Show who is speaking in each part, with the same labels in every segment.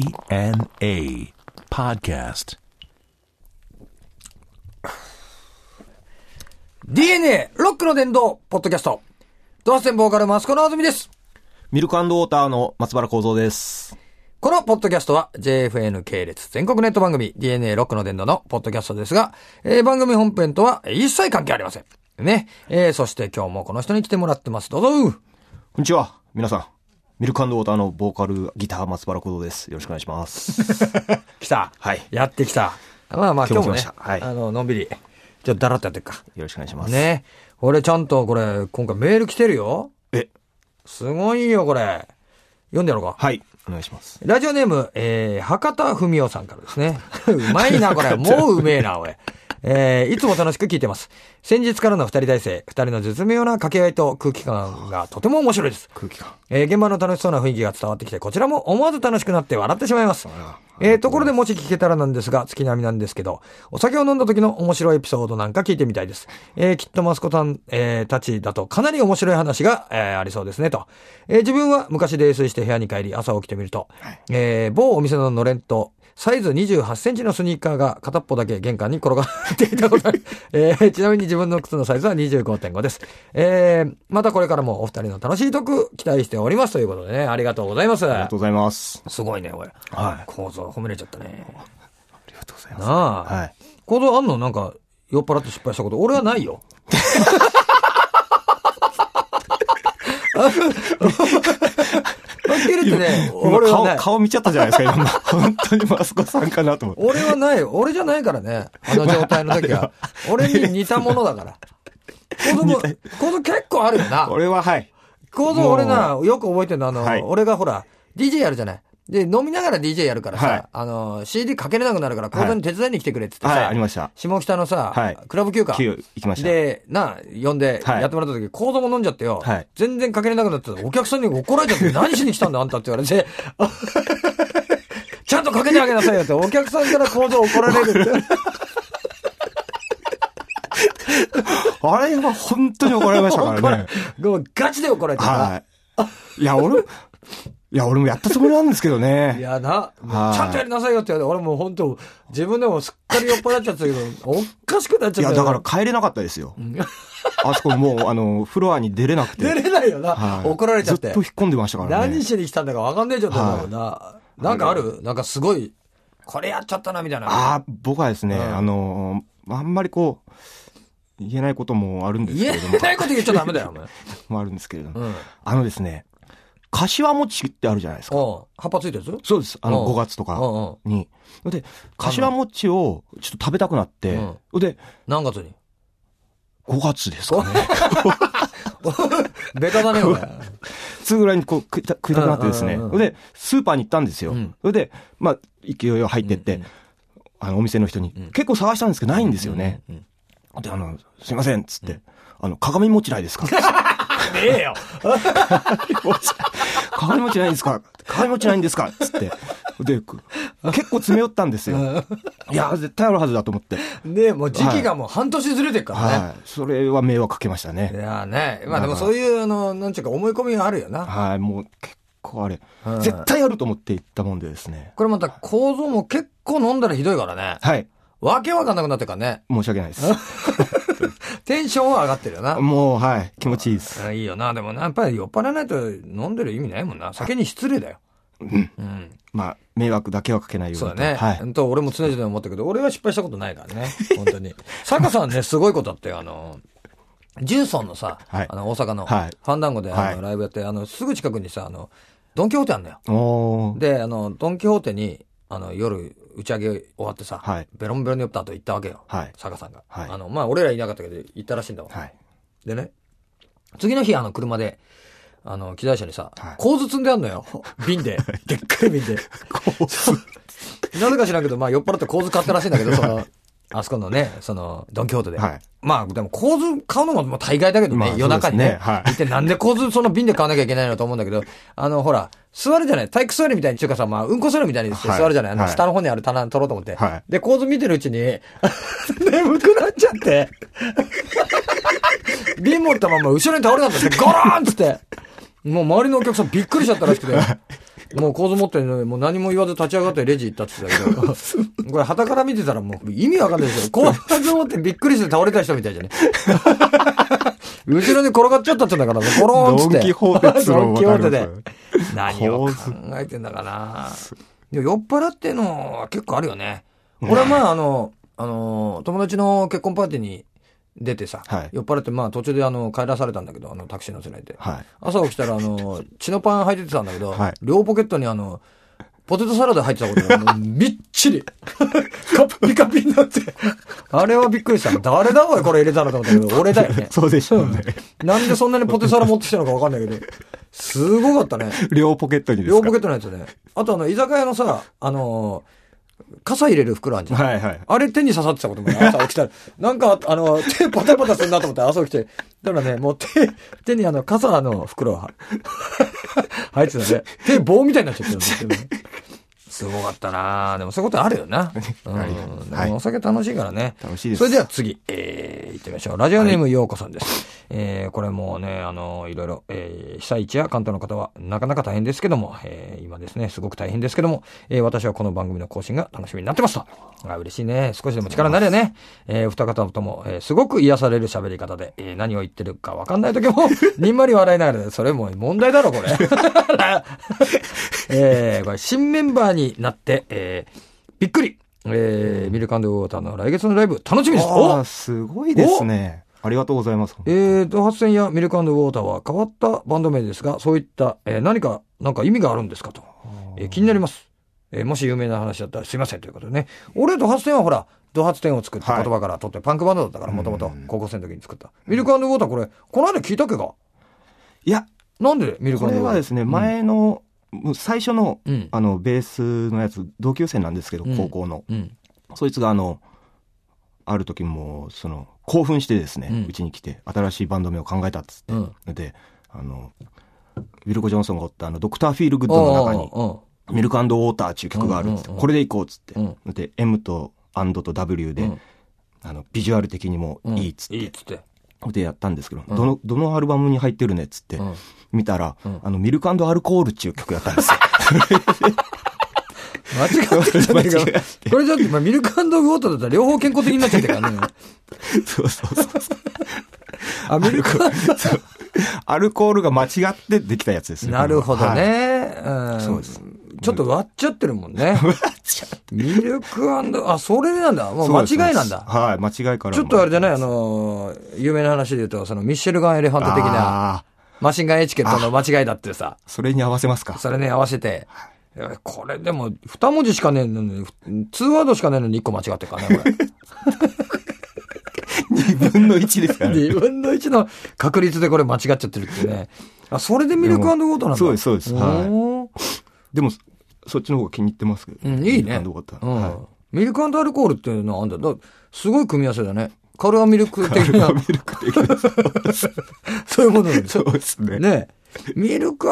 Speaker 1: DNA Podcast.
Speaker 2: DNA ロックの殿堂ポッドキャストドアステンボーカルマスコのあずみです
Speaker 3: ミルクウォーターの松原幸三です。
Speaker 2: このポッドキャストは JFN 系列全国ネット番組 DNA ロックの伝道のポッドキャストですが、えー番組本編とは一切関係ありません。ね。えーそして今日もこの人に来てもらってます。どうぞ
Speaker 3: こんにちは、皆さん。ミルクウォーターのボーカル、ギター、松原幸三です。よろしくお願いし ます。
Speaker 2: 来た。
Speaker 3: はい
Speaker 2: やってきた。まあまあ今
Speaker 3: 今
Speaker 2: 日
Speaker 3: 日
Speaker 2: も
Speaker 3: も
Speaker 2: ね
Speaker 3: 来、ましたはい
Speaker 2: あの、のんびり、ちょっとだらっとやってっか。
Speaker 3: よろしくお願いします。。
Speaker 2: ね。俺ちゃんとこれ、今回メール来てるよ。
Speaker 3: え、
Speaker 2: すごいよ、これ。読んでやろうか。
Speaker 3: はい、お願いします。
Speaker 2: ラジオネーム、えー、博多文夫さんからですね。 うまい な、これ。もううめえな、おい。えー、いつも楽しく聞いてます。先日からの二人体制、二人の絶妙な掛け合いと空気感がとても面白いです。
Speaker 3: 空気感。
Speaker 2: えー、現場の楽しそうな雰囲気が伝わってきて、こちらも思わず楽しくなって笑ってしまいます。えー、ところでもし聞けたらなんですが、月並みなんですけど、お酒を飲んだ時の面白いエピソードなんか聞いてみたいです。えー、きっとマスコさん、えー、たちだとかなり面白い話が、えー、ありそうですね、と。えー、自分は昔泥酔して部屋に帰り、朝起きてみると、えー、某お店ののれんと、サイズ28センチのスニーカーが片っぽだけ玄関に転がっていたこと ある、えーちなみに自分の靴のサイズは25.5です。えーまたこれからもお二人の楽しいトーク期待しておりますということでね、ありがとうございます。
Speaker 3: ありがとうございます。
Speaker 2: すごいね、これ。
Speaker 3: はい
Speaker 2: 構造褒めれちゃったね。
Speaker 3: ありがとうございます。
Speaker 2: なあ。
Speaker 3: はい。
Speaker 2: 構造あんのなんか、酔っ払って失敗したこと。俺はないよ。はっきり言ってね、
Speaker 3: 今
Speaker 2: 俺はな
Speaker 3: 顔、
Speaker 2: い。
Speaker 3: 顔見ちゃったじゃないですか、今。本当にマスコさんかなと思って。
Speaker 2: 俺はない。俺じゃないからね。あの状態の時は。俺に似たものだから。構造も、構造結構あるよな。
Speaker 3: 俺は、はい。
Speaker 2: 構造俺な、よく覚えてるの、あの、
Speaker 3: はい
Speaker 2: 俺がほら、DJ やるじゃない。で、飲みながら DJ やるからさ、
Speaker 3: はい
Speaker 2: あの、CD かけれなくなるから、講座に手伝いに来てくれって言って
Speaker 3: はい、
Speaker 2: さ、
Speaker 3: ありました。
Speaker 2: 下北のさ、
Speaker 3: はい
Speaker 2: クラブ休暇。
Speaker 3: キュ行きました。
Speaker 2: で、な、呼んで、
Speaker 3: はい
Speaker 2: やってもらった時、講座も飲んじゃってよ、
Speaker 3: はい
Speaker 2: 全然かけれなくなってたお客さんに怒られちゃ って、何しに来たんだ、あんたって言われて、 ちゃんとかけてあげなさいよって、お客さんから講座怒られる って。
Speaker 3: あれは本当に怒られました からね。
Speaker 2: もうガチで怒られてた、
Speaker 3: はい。いや、俺も、いや、俺もやったつもりなんですけどね。
Speaker 2: いやな、ち
Speaker 3: はい
Speaker 2: ゃんとやりなさいよって言われて、俺もう本当、自分でもすっかり酔っ払っちゃってたけど、おっかしくなっちゃ
Speaker 3: い
Speaker 2: った
Speaker 3: や、
Speaker 2: よ
Speaker 3: だから帰れなかったですよ。あそこもう、あの、フロアに出れなくて。
Speaker 2: 出れないよな、
Speaker 3: はい
Speaker 2: 怒られちゃって。
Speaker 3: ずっと引っ込んでましたからね。
Speaker 2: 何しに来たんだか分かんねえじゃん、だもんな、なんかあるなんかすごい、これやっちゃったな、みたいな。
Speaker 3: ああ、僕はですね、
Speaker 2: うん
Speaker 3: あのー、あんまりこう、言えないこともあるんですけ
Speaker 2: 言
Speaker 3: れども
Speaker 2: え、ないこと言っちゃダメだよ、 お前。
Speaker 3: もあるんですけれども、
Speaker 2: うん。
Speaker 3: あのですね、柏餅ってあるじゃないですか。
Speaker 2: おう葉っぱついたやつうん
Speaker 3: そうです。あの、
Speaker 2: うん
Speaker 3: 5月とか
Speaker 2: うん。
Speaker 3: に。で、柏餅をちょっと食べたくなって、で、
Speaker 2: 何月に
Speaker 3: 5月ですかね。
Speaker 2: ベタだね、お前。
Speaker 3: つぐらいにこう食いた食いたくなってですね。
Speaker 2: うんうんうん
Speaker 3: で、スーパーに行ったんですよ。
Speaker 2: うん
Speaker 3: それで、まあ、勢いを入ってって、
Speaker 2: うんうん
Speaker 3: あの、お店の人に、結構探したんですけど、ないんですよね。
Speaker 2: うんうん
Speaker 3: で、あの、すいません、つって、あの、鏡餅ないですか
Speaker 2: ねえよ。
Speaker 3: 鏡餅ないですか鏡餅ないんですかつって。で、く結構詰め寄ったんですよ。いや、絶対あるはずだと思って。
Speaker 2: ねえ、もう時期がもう半年ずれてるからね。
Speaker 3: はい。それは迷惑かけました
Speaker 2: い
Speaker 3: ね。
Speaker 2: やね、まあでもそういう、あの、なんちゅうか思い込みがあるよな。
Speaker 3: はい、もう結構あれ
Speaker 2: う、ん
Speaker 3: 絶対あると思って行ったもんでですね。
Speaker 2: これまた構造も結構飲んだらひどいからね。
Speaker 3: はい。
Speaker 2: わけわかんなくなってるからね。
Speaker 3: 申し訳な いです。
Speaker 2: テンションは上がってるよな。
Speaker 3: もう、はい。気持ちいいです。
Speaker 2: あいいよな。でもな、やっぱり酔っ払わないと飲んでる意味ないもんな。酒に失礼だよ。うん。
Speaker 3: まあ、迷惑だけはかけないよう
Speaker 2: そう
Speaker 3: に
Speaker 2: だね。
Speaker 3: と。はい。
Speaker 2: 本当俺も常々思ったけど、俺は失敗したことないからね。本当に。坂さんね、すごいことあってよ、あの、ジュンソンのさ、
Speaker 3: はい
Speaker 2: あの、大阪の、フ
Speaker 3: はい
Speaker 2: ァンダンゴで、あ
Speaker 3: は
Speaker 2: の、
Speaker 3: い
Speaker 2: ライブやって、あの、すぐ近くにさ、あの、ドンキホーテあんのよ。
Speaker 3: おー。
Speaker 2: で、あの、ドンキホーテに、あの、夜、打ち上げ終わってさ、
Speaker 3: はい
Speaker 2: ベロンベロンに酔った後行ったわけよ。
Speaker 3: はい
Speaker 2: 坂さんが。
Speaker 3: はい
Speaker 2: あの、まあ、俺らいなかったけど、行ったらしいんだわ。
Speaker 3: はい。
Speaker 2: でね、次の日、あの、車で、あの、機材車にさ
Speaker 3: はい、
Speaker 2: 構図積んであんの よ。瓶で。でっかい瓶で。 なぜか知らんけど、まあ、酔っ払って構図買ったらしいんだけ ど、その、あそこのね、その、ドンキホーテで。
Speaker 3: はい
Speaker 2: まあ、でも構図買うのももう大概だけどね、
Speaker 3: まあ
Speaker 2: 夜中に
Speaker 3: そう
Speaker 2: ね
Speaker 3: で。すねはい
Speaker 2: 一体なんで構図その瓶で買わなきゃいけないのと思うんだけど、あの、ほら、座るじゃない体育座りみたいに、ちゅうかさ、まあ、うんこ座りみたいにして
Speaker 3: はい
Speaker 2: 座るじゃないあの、
Speaker 3: はい
Speaker 2: 下の方にある棚取ろうと思って。
Speaker 3: はい
Speaker 2: で、構図見てるうちに、 眠くなっちゃって。瓶持ったまま後ろに倒れたんだって、ゴローンっつって。もう周りのお客さんびっくりしちゃったらしくて。もう構図持ってるのに、もう何も言わず立ち上がってレジ行ったって言ってたけど、これ旗から見てたらもう意味わかんないですよ。構図持ってびっくりして倒れた人みたいじゃね。後ろに転がっちゃったって言うんだから、コローンっつって。
Speaker 3: ドンキホーテっつう
Speaker 2: ド
Speaker 3: の
Speaker 2: ン
Speaker 3: も
Speaker 2: キホ
Speaker 3: わ
Speaker 2: ー
Speaker 3: か
Speaker 2: テ
Speaker 3: ります
Speaker 2: で何
Speaker 3: よ。
Speaker 2: を考えてんだかな。でも酔っ払ってのは結構あるよね。俺はまああの、あの、友達の結婚パーティーに出てさ、
Speaker 3: はい
Speaker 2: 酔っ払ってまあ途中であの帰らされたんだけど、あのタクシー乗せられて。
Speaker 3: はい。
Speaker 2: 朝起きたら、あ の、血のパン履いてたんだけど、
Speaker 3: はい
Speaker 2: 両ポケットにあの、ポテトサラダ入ってたことが、あのびっちり、 カッピカピになって、あれはびっくりした。誰だおい、これ入れたのと思ったけど、俺だよね。
Speaker 3: そうでしたよね。
Speaker 2: なんでそんなにポテサラ持ってきたのかわかんないけど、すごかったね。
Speaker 3: 両ポケットにですか
Speaker 2: 両ポケットのやつね。あとあの、居酒屋のさ、あのー傘入れる袋あんじゃん。
Speaker 3: はいはい。
Speaker 2: あれ手に刺さってたこともある朝起 きたら、なんか、あの、手パタパタするなと思って朝起きて、だからね、もう手、手にあの、傘の袋は、 入ってたね。手棒みたいになっちゃ ってるすごかったなぁでもそういう ことあるよな。うん。
Speaker 3: はい
Speaker 2: でもお酒楽しいからね。
Speaker 3: 楽しいです
Speaker 2: それでは次、えー、行ってみましょう。ラジオネームようこさんです。えー、これもうね、あの、いろいろ、えー、被災地や関東の方はなかなか大変ですけども、えー、今ですね、すごく大変ですけども、えー、私はこの番組の更新が楽しみになってますと。あ、嬉しいね。少しでも力になるよね。えー、お二方とも、えー、すごく癒される喋り方で、えー、何を言ってるかわかんない時も、 にんまり笑いながら、それもう問題だろ、これ。 えー、これ新メンバーになって、えー、びっくり。えー、ミルクウォーターの来月のライブ、楽しみです。
Speaker 3: ああ、
Speaker 2: お
Speaker 3: すごいですね。ありがとうございます。
Speaker 2: えー、ドハツ戦やミルクウォーターは変わったバンド名ですが、そういった、えー何か、なんか意味があるんですかと。えー気になります。えーもし有名な話だったらすいませんということでね。俺、ドハツ戦はほら、ドハツ戦を作った
Speaker 3: はい
Speaker 2: 言葉から取って、パンクバンドだったから、もともと
Speaker 3: うん
Speaker 2: 高校生の時に作った。ミルクウォーターこれ、この間聞いたっけが。
Speaker 3: いや、
Speaker 2: なんでミルクウ
Speaker 3: こ
Speaker 2: ォータ
Speaker 3: れ
Speaker 2: ー
Speaker 3: はですね、、前の、もう最初の、
Speaker 2: うん
Speaker 3: あの、ベースのやつ、同級生なんですけど
Speaker 2: うん、
Speaker 3: 高校の。
Speaker 2: うん。うん。
Speaker 3: そいつが、あの、ある時もう、その、興奮してです
Speaker 2: うん
Speaker 3: ね、うちに来て、新しいバンド名を考えたっつ
Speaker 2: うん。
Speaker 3: って。で、あの、ウィルコ・ジョンソンがおった、あの、ドクター・フィール・グッドの中に、ミルクウォーターっていう曲があるんです
Speaker 2: うんうん
Speaker 3: よ。
Speaker 2: うん
Speaker 3: これでいこうっつって
Speaker 2: うん。
Speaker 3: で、M と、アンドと W
Speaker 2: う
Speaker 3: で
Speaker 2: ん、
Speaker 3: あの、ビジュアル的にも
Speaker 2: うん
Speaker 3: いいっつっ、
Speaker 2: いいってつって。
Speaker 3: でやったんですけど、
Speaker 2: うん
Speaker 3: どの、どのアルバムに入ってるねっつって
Speaker 2: う、ん
Speaker 3: 見たら
Speaker 2: うん、
Speaker 3: あの、ミルクアルコールっていう曲やったんです よ。
Speaker 2: 間違ってるじゃねえか
Speaker 3: 間違ってる
Speaker 2: これだって、まあ、ミルクウォーターだったら両方健康的になっちゃってるからね。
Speaker 3: そうそうそう。
Speaker 2: あ、ミルク
Speaker 3: そうアルコールが間違ってできたやつですね
Speaker 2: なるほど。
Speaker 3: はい
Speaker 2: ね。うん
Speaker 3: そうです。
Speaker 2: ちょっと割っちゃってるもん ね。ミルクあ、それなんだ。もう
Speaker 3: そうです
Speaker 2: 間違いなんだ。
Speaker 3: はい、間違いから。
Speaker 2: ちょっとあれじゃない、
Speaker 3: い
Speaker 2: あのー、有名な話で言うと、そのミッシェルガン・エレファント的な、
Speaker 3: あ
Speaker 2: マシンガンエチケットの間違いだってさ、
Speaker 3: ーそれに合わせますか。
Speaker 2: それね、合わせて、いやこれでも、二文字しかねえのに、ツーワードしかねえのに一個間違ってるからね、こ れ。
Speaker 3: 2分の1ですからね。
Speaker 2: 2分の1の確率でこれ間違っちゃってるってね。あ、それでミルクウォーターなんだ。
Speaker 3: そうです、そうです。は
Speaker 2: おー
Speaker 3: い。でも、そっちの方が気に入ってますけど。
Speaker 2: うん、いい
Speaker 3: ミル
Speaker 2: ね。
Speaker 3: クウォーター
Speaker 2: うん
Speaker 3: は
Speaker 2: ミルクアルコールっていうのはあんだ。だすごい組み合わせだね。カルアミルク的な、
Speaker 3: い。ミルク的な。
Speaker 2: そういうものなんです
Speaker 3: そ
Speaker 2: よ
Speaker 3: うですね。
Speaker 2: ねミルク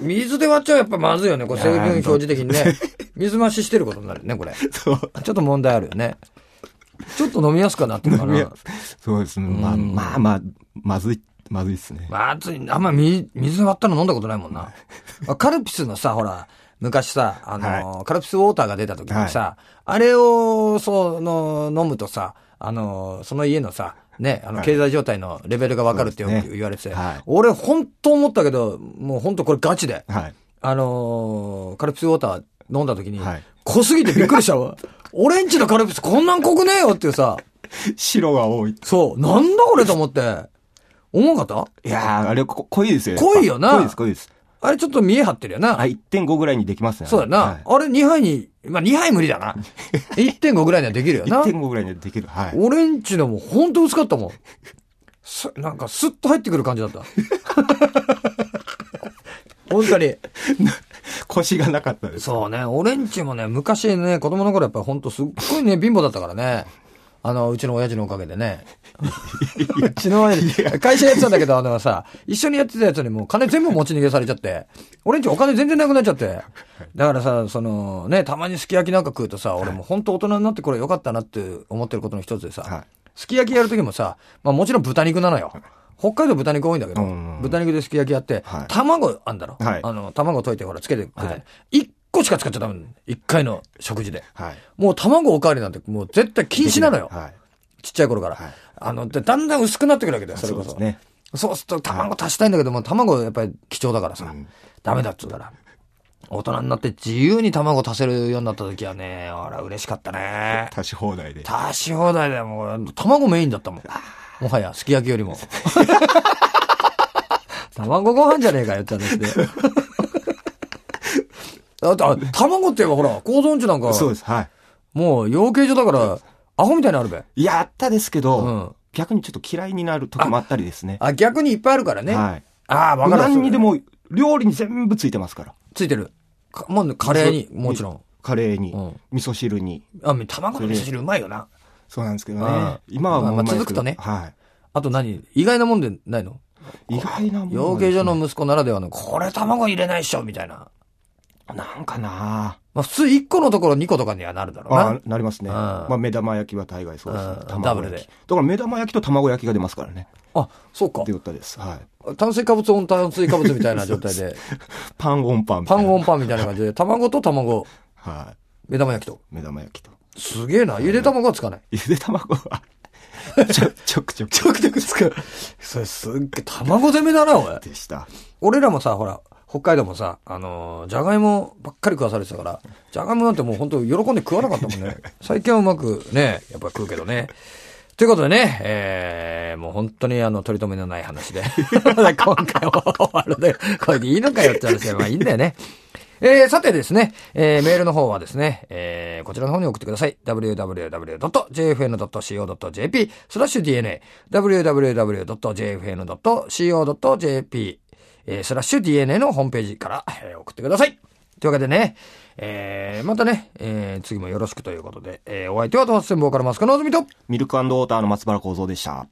Speaker 2: 水で割っちゃうやっぱまずいよね。これ成分表示的にね。水増ししてることになるね、これ。ち
Speaker 3: そう。
Speaker 2: ょっと問題あるよね。ちょっと飲みやすくなってるか
Speaker 3: いや
Speaker 2: な。
Speaker 3: そうですね。まあまあまあ、まずい、まずいですね。
Speaker 2: まずい。あんまみ水割ったの飲んだことないもん な。あカルピスのさ、ほら、昔さ、あのーカルピスウォーターが出た時にさ、あれを、その、飲むとさ、あのーその家のさ、ね、あの、
Speaker 3: はい
Speaker 2: 経済状態のレベルがわかるってよ
Speaker 3: そう
Speaker 2: く
Speaker 3: ですね
Speaker 2: 言われてて、
Speaker 3: はい
Speaker 2: 俺本当思ったけど、もう本当これガチで、
Speaker 3: はい。
Speaker 2: あのーカルピスウォーター飲んだ時に、
Speaker 3: はい
Speaker 2: 濃すぎてびっくりした わ。俺んちのカルピスこんなん濃くねえよっていうさ、
Speaker 3: 白が多い。
Speaker 2: そう、なんだこれと思って、思うかった
Speaker 3: いやー、あれこ濃いですよ。
Speaker 2: 濃いよな
Speaker 3: 濃いです、濃いです。
Speaker 2: あれちょっと見え張ってるよな。
Speaker 3: あ、1.5ぐらいにできますね。
Speaker 2: そうだな。
Speaker 3: はい
Speaker 2: あれ2杯に、まあ2杯無理だ な。1.5ぐらいにはできるよな。
Speaker 3: 1.5ぐらいにはできる。はい。
Speaker 2: オレンジのもほんと薄かったもん。すなんかスッと入ってくる感じ だった。本当に。
Speaker 3: 腰がなかったです。
Speaker 2: そうね、オレンジもね、昔ね、子供の頃やっぱりほんとすっごいね、貧乏だったからね。あの、うちの親父のおかげで ね。うちの親父、会社やってたんだけど、あのさ、一緒にやってたやつにもう金全部持ち逃げされちゃって、俺んちお金全然なくなっちゃって。だからさ、そのね、たまにすき焼きなんか食うとさ、俺もうほんと大人になってこれよかったなって思ってることの一つでさ、
Speaker 3: はい
Speaker 2: すき焼きやるときもさ、まあもちろん豚肉なのよ。北海道豚肉多いんだけど、
Speaker 3: うん
Speaker 2: 豚肉ですき焼きやって、
Speaker 3: はい
Speaker 2: 卵あんだろ、
Speaker 3: はい
Speaker 2: あの、卵溶いてほら、つけてくれた、
Speaker 3: はい
Speaker 2: 1個しか使っちゃダメなの。1回の食事で。
Speaker 3: はい。
Speaker 2: もう卵おかわりなんて、もう絶対禁止なのよ。
Speaker 3: はい。
Speaker 2: ちっちゃい頃から。
Speaker 3: はい
Speaker 2: あの、で、だんだん薄くなってくるわけだよ、それ
Speaker 3: そう
Speaker 2: こ
Speaker 3: で
Speaker 2: そ。
Speaker 3: すね。
Speaker 2: そうすると卵足したいんだけども、卵やっぱり貴重だからさ、
Speaker 3: ん
Speaker 2: ダメだっつうから。大人になって自由に卵足せるようになった時はね、あら、嬉しかったね。
Speaker 3: 足し放題で。
Speaker 2: 足し放題だよ、もう。卵メインだったもん。もはや、すき焼きより も。卵ご飯じゃねえかよって 話で。だって、あ卵って言えばほら、構造んちなんか、
Speaker 3: そうです。は
Speaker 2: もう養鶏場だから、アホみたいにあるべ。
Speaker 3: い。やったですけど、
Speaker 2: うん
Speaker 3: 逆にちょっと嫌いになる時もあったりですね。
Speaker 2: あ、逆にいっぱいあるからね。
Speaker 3: はい。
Speaker 2: ああ、わかる。
Speaker 3: 何にでも、料理に全部ついてますから。
Speaker 2: ついてる。かもうカレーに、
Speaker 3: みそ
Speaker 2: もちろん。。
Speaker 3: カレーに、
Speaker 2: うん
Speaker 3: 味噌汁に。
Speaker 2: あ、卵の味噌汁うまいよな。
Speaker 3: そうなんですけど
Speaker 2: あ
Speaker 3: ね
Speaker 2: あ。
Speaker 3: 今はもう
Speaker 2: まあまあ
Speaker 3: うまいですけど
Speaker 2: 続くと
Speaker 3: は
Speaker 2: あと何意外なもんでないの
Speaker 3: い。意外なもの
Speaker 2: 養
Speaker 3: はですね
Speaker 2: 鶏場の息子ならではの、これ卵入れないっしょみたいな。
Speaker 3: なんかな
Speaker 2: まあ普通1個のところ2個とかにはなるだろう
Speaker 3: あ
Speaker 2: な。
Speaker 3: あ、なりますね。
Speaker 2: うん
Speaker 3: まあ、目玉焼きは大概そうですね
Speaker 2: うん。
Speaker 3: 卵焼き
Speaker 2: ダブルで
Speaker 3: だから目玉焼きと卵焼きが出ますからね。
Speaker 2: あ、そうか
Speaker 3: って。言ったです。はい。
Speaker 2: 炭水化物オン炭水化物みたいな状 態で、
Speaker 3: パンオンパンみたい
Speaker 2: パ
Speaker 3: な。
Speaker 2: ンオンパンみたいな感じで、卵と卵、
Speaker 3: は
Speaker 2: 目玉焼きと。
Speaker 3: い。目玉焼きと。
Speaker 2: すげえな。ゆで卵はつかない。
Speaker 3: ゆで卵 は、ちょ、ちょくちょく。ちょくちょくつく。
Speaker 2: それすっげえ、卵攻めだな、おい。
Speaker 3: でした。
Speaker 2: 俺らもさ、ほら、北海道もさ、あのーじゃがいもばっかり食わされてたから、じゃがいもなんてもう本当喜んで食わなかったもんね。最近はうまくね、やっぱ食うけどね。ということでね、えー、もう本当にあの、取り留めのない話で。 今回は終わるで、これでいいのかよって話は、まあいいんだよね。えー、さてですね、えー、メールの方はですね、えー、こちらの方に送ってください。www.jfn.co.jp スラッシュ DNA www.jfn.co.jp えースラッシュ DNA のホームページから、えー送ってください。というわけでね、えー、またね、えー、次もよろしくということで、えー、お相手はトマス戦法からマスカのぞみと、
Speaker 3: ミルクウォーターの松原幸三でした。